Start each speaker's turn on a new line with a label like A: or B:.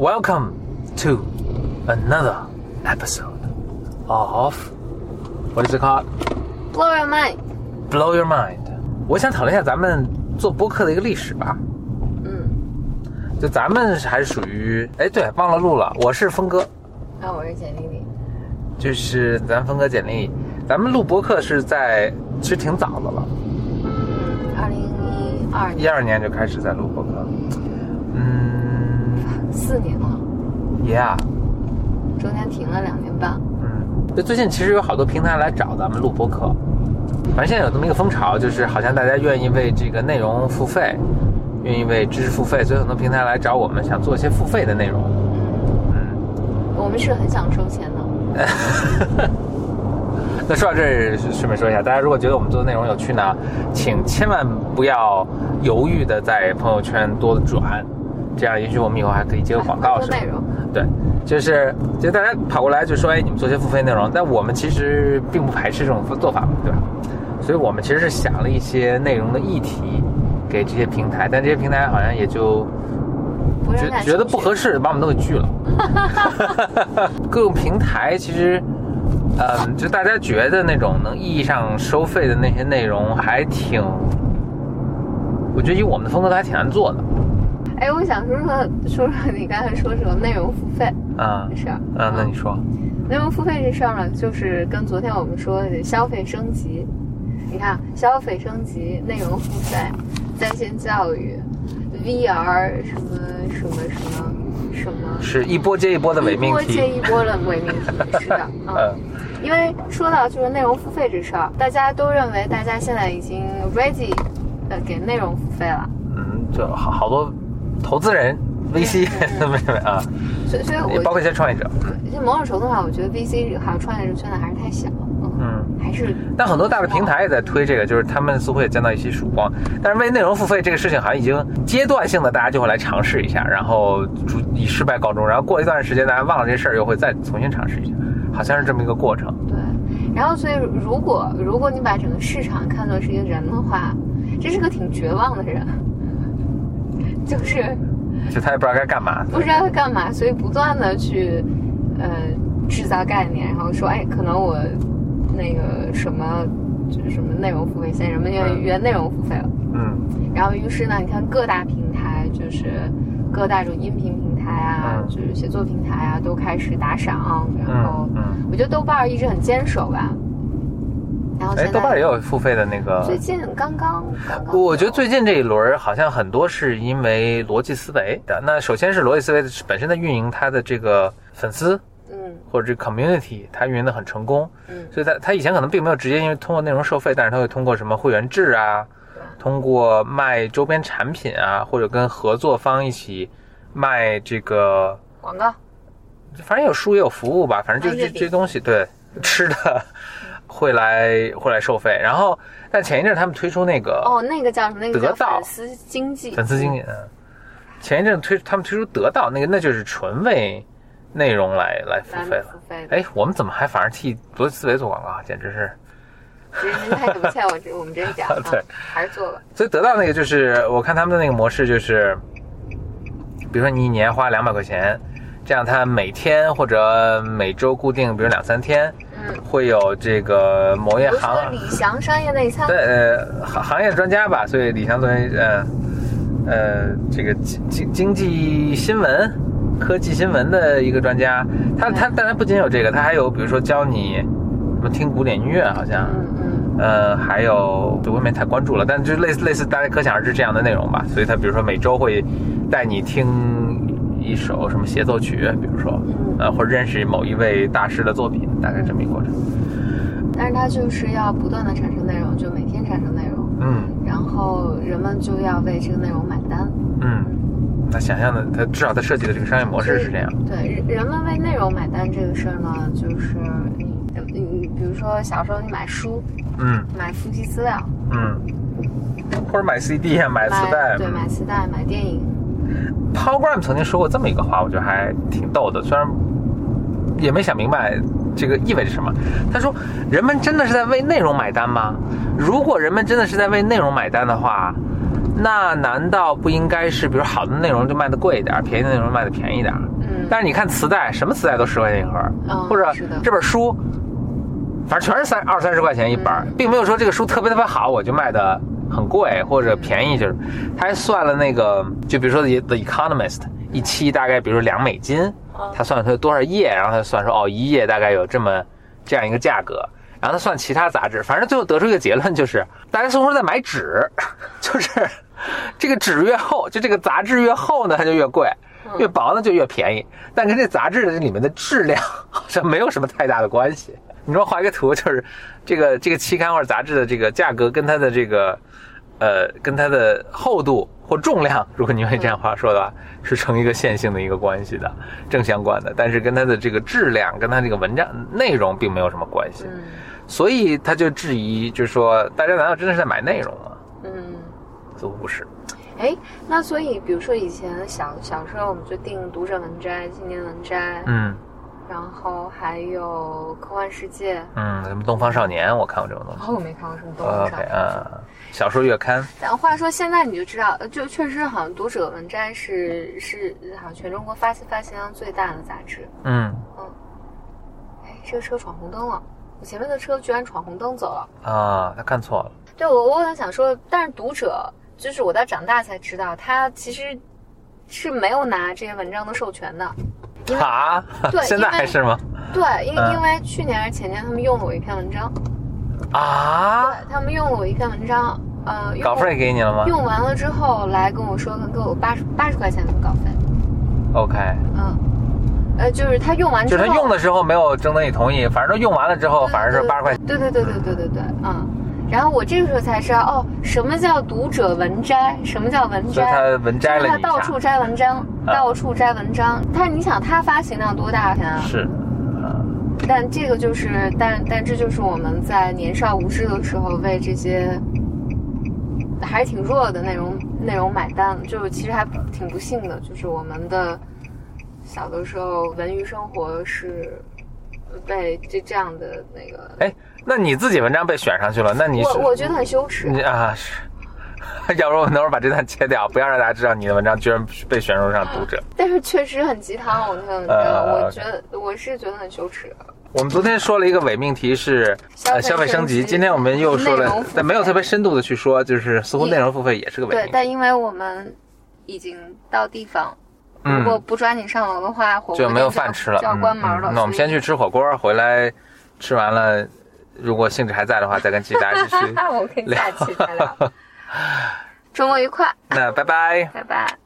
A: Welcome to another episode of what is it called?
B: Blow your mind。
A: Blow your mind。我想讨论一下咱们做播客的一个历史吧。
B: 嗯，
A: 就咱们还属于哎，对，忘了录了。我是峰哥，
B: 啊，我是简丽丽。
A: 就是咱峰哥简历。咱们录播客是在其实挺早的了，
B: 嗯，二零一二
A: 一
B: 年，
A: 二年就开始在录播客了。嗯
B: 四年了，
A: ，Yeah，
B: 中间停了两年半。
A: 嗯，就最近其实有好多平台来找咱们录播客，反正现在有这么一个风潮，就是好像大家愿意为这个内容付费，愿意为知识付费，所以很多平台来找我们，想做一些付费的内容。
B: 嗯，
A: 嗯，
B: 我们是很想收钱的。
A: 那说到这儿，顺便说一下，大家如果觉得我们做的内容有趣呢，请千万不要犹豫的在朋友圈多转，这样也许我们以后还可以接个广告
B: 多
A: 什么
B: 内
A: 的。
B: 容。
A: 对，就是就大家跑过来就说，哎，你们做些付费内容，但我们其实并不排斥这种做法嘛，对吧？所以我们其实是想了一些内容的议题给这些平台，但这些平台好像也就
B: 不是
A: 觉觉得不合
B: 适。
A: 适，把我们都给拒了。 各种平台其实，嗯，就大家觉得那种能意义上收费的那些内容，还挺，我觉得以我们的风格都还挺难做的
B: 哎，我想说说说说你刚才说什么内容付费
A: 啊
B: 这事儿。
A: 啊，那你说，
B: 内容付费这事儿呢，就是跟昨天我们说的消费升级。你看，消费升级、内容付费、在线教育、VR 什么什么什么什么。
A: 是一波接一波的伪命
B: 一波接
A: 题，
B: 一波的伪命题，是的，嗯
A: 嗯，
B: 因为说到就是内容付费这事儿，大家都认为大家现在已经 ready，呃，给内容付费了，
A: 嗯，就好好多投资人、VC 什 么什么啊，
B: 所以所以
A: 也包
B: 嗯我
A: 括一些创业者，嗯
B: 就某种程度上，我觉得 VC 还有创业者圈子还是太小，嗯，
A: 嗯。
B: 还是
A: 但很多大的平台也在推这个，就是他们似乎也见到一些曙光。但是为内容付费这个事情，好像已经阶段性的，大家就会来尝试一下，然后逐以失败告终。然后过一段时间，大家忘了这事儿，又会再重新尝试一下，好像是这么一个过程。
B: 对。然后，所以如果如果你把整个市场看作是一个人的话，这是个挺绝望的人， 就是
A: 就他也不知道该干嘛。
B: 不知道要干嘛，所以不断的去呃制造概念，然后说，哎，可能我那个什么就是什么内容付费，现在人们愿
A: 嗯
B: 意原内容付费了。
A: 嗯
B: 然后于是呢，你看各大平台就是各大种音频平台啊，
A: 嗯
B: 就是写作平台啊，都开始打赏，然后
A: 嗯嗯。
B: 我觉得豆瓣儿一直很坚守吧。然后
A: 哎，
B: 现
A: 豆瓣
B: 在
A: 也有付费的那个。
B: 最近刚刚，刚刚
A: 我觉得最近这一轮儿好像很多是因为逻辑思维的。那首先是逻辑思维本身的运营，它的这个粉丝
B: 嗯
A: 或者这个 community，它运营的很成功。
B: 嗯
A: 所以他他以前可能并没有直接因为通过内容收费，但是他会通过什么会员制啊，通过卖周边产品啊，或者跟合作方一起卖这个，
B: 广告
A: 反正有书也有服务吧，反正就是
B: 卖月
A: 这
B: 饼
A: 这东西对吃的 会来会来收费。然后但前一阵他们推出那个
B: 哦，那个叫什么？那个
A: 得
B: 叫
A: 到
B: 粉丝经济，
A: 粉丝经理，嗯前一阵推他们推出得到那个，那就是纯为内容来来付
B: 来
A: 费
B: 付
A: 了。
B: 费的。
A: 哎，我们怎么还反而替逻辑思维做广告，啊简直是！
B: 人家太不欠我这我们这一点啊
A: 对，
B: 还是做吧。
A: 所以得到那个就是，我看他们的那个模式就是，比如说你一年花两百块钱，这样他每天或者每周固定，比如两三天，
B: 嗯，
A: 会有这个某一
B: 我说
A: 行啊
B: 李翔商业内参
A: 对，呃行行业专家吧，所以李翔作为呃呃这个经经经济新闻、科技新闻的一个专家，他他但他不仅有这个，他还有比如说教你什么听古典音乐，好像。
B: 嗯
A: 呃，还有我也没太关注了，但就是类似类似，大家可想而知这样的内容吧。所以他比如说每周会带你听一首什么协奏曲，比如说，呃，或者认识某一位大师的作品，大概这么一个过程。
B: 嗯，但是它就是要不断的产生内容，就每天产生内容，
A: 嗯
B: 然后人们就要为这个内容买单。
A: 嗯，那想象的，他至少他设计的这个商业模式是这样。
B: 对，人人们为内容买单这个事儿呢，就是你你你比如说小时候你买书，
A: 嗯
B: 买复习资料，
A: 嗯，或者买 CD 啊，买磁带。
B: 对，买磁带，买电影，
A: Paul Graham 曾经说过这么一个话，我觉得还挺逗的，虽然也没想明白这个意味着什么。他说：“人们真的是在为内容买单吗？如果人们真的是在为内容买单的话，那难道不应该是，比如好的内容就卖的贵一点，便宜的内容卖的便宜一点？
B: 嗯，
A: 但是你看磁带，什么磁带都十块钱一盒，
B: 嗯
A: 或者
B: 是的
A: 这本书，反正全是三二三十块钱一本儿，
B: 嗯
A: 并没有说这个书特别特别好，我就卖的很贵或者便宜，就是他还算了那个，就比如说 The The Economist 一期大概比如说两美金，
B: 哦
A: 他算出来多少页，然后他算说哦一页大概有这么这样一个价格。然后他算其他杂志，反正最后得出一个结论就是，大家似乎在买纸， 就是这个纸越厚，就这个杂志越厚呢，它就越贵；越薄呢就越便宜。但跟这杂志的这里面的质量好像没有什么太大的关系。你说画一个图，就是这个这个期刊或者杂志的这个价格跟它的这个呃跟它的厚度或重量，如果你用这样话说的话，是成一个线性的一个关系的，正相关的。但是跟它的这个质量跟它这个文章内容并没有什么关系，
B: 嗯
A: 所以他就质疑，就是说大家难道真的是在买内容吗？
B: 嗯。
A: 似乎不是。
B: 哎，那所以，比如说以前小小时候，我们就订《读者文摘》《青年文摘》
A: 嗯
B: 然后还有《科幻世界》。
A: 嗯，什么《东方少年》，我看过这种东西。
B: 哦，我没看过什么东西
A: OK
B: 上。
A: 啊，小说月刊，
B: 但话说，现在你就知道，呃就确实好像《读者文摘是》是好像全中国发行发行量最大的杂志。
A: 嗯
B: 哎，这个车闯红灯了，我前面的车居然闯红灯走了。
A: 啊，他看错了，
B: 对我，我在想说，但是读者就是我到长大才知道，他其实是没有拿这些文章的授权的。因为
A: 啊
B: 对，
A: 现在
B: 因为
A: 还是吗？
B: 对，因
A: 嗯
B: 因为去年还是前年，他们用了我一篇文章，
A: 啊，
B: 他们用了我一篇文章，呃，用
A: 稿费给你了吗
B: 用完了之后来跟我说，能给我八十八十块钱的稿费，
A: ？OK，
B: 嗯，呃，就是他用完
A: 就
B: 之
A: 是
B: 后，
A: 他用的时候没有征得你同意，反正都用完了之后，反正是八十块钱。
B: 对对对对对对对，嗯，然后我这个时候才知道，哦，什么叫读者文摘，什么叫文
A: 所以
B: 摘，
A: 他文摘了
B: 他
A: 你一
B: 到
A: 下嗯
B: 处，摘文章，到处摘文章，他你想他发行量多大呀？
A: 是，
B: 但这个就是，但但这就是我们在年少无知的时候为这些还是挺弱的内容内容买单，就是其实还挺不幸的，就是我们的小的时候文娱生活是被这这样的那个，
A: 哎，那你自己文章被选上去了，那你是
B: 我我觉得很羞耻。
A: 你啊是。要不然我等会儿把这段切掉，不要让大家知道你的文章居然被选入上读者。
B: 但是确实很鸡汤，我那篇文章，
A: 呃
B: 我
A: OK
B: 觉得我是觉得很羞耻的。
A: 我们昨天说了一个伪命题是呃
B: 消
A: 消
B: 费
A: 费
B: 升
A: 升
B: 级
A: 级，今天我们又说
B: 内容
A: 了
B: 付费，
A: 但没有特别深度的去说，就是似乎内容付费也是个伪
B: 对，
A: 命题，
B: 但因为我们已经到地方，如果
A: 嗯，
B: 不抓紧上楼的话，火锅
A: 就没有
B: 店
A: 饭吃了，
B: 就要
A: 嗯
B: 关门
A: 嗯
B: 了。
A: 那我们
B: 所以
A: 先去吃火锅，回来吃完了，如果兴致还在的话，再跟其他人一起
B: 。
A: 去
B: 我跟下期再聊。周末愉快，
A: 那拜拜。
B: 拜拜。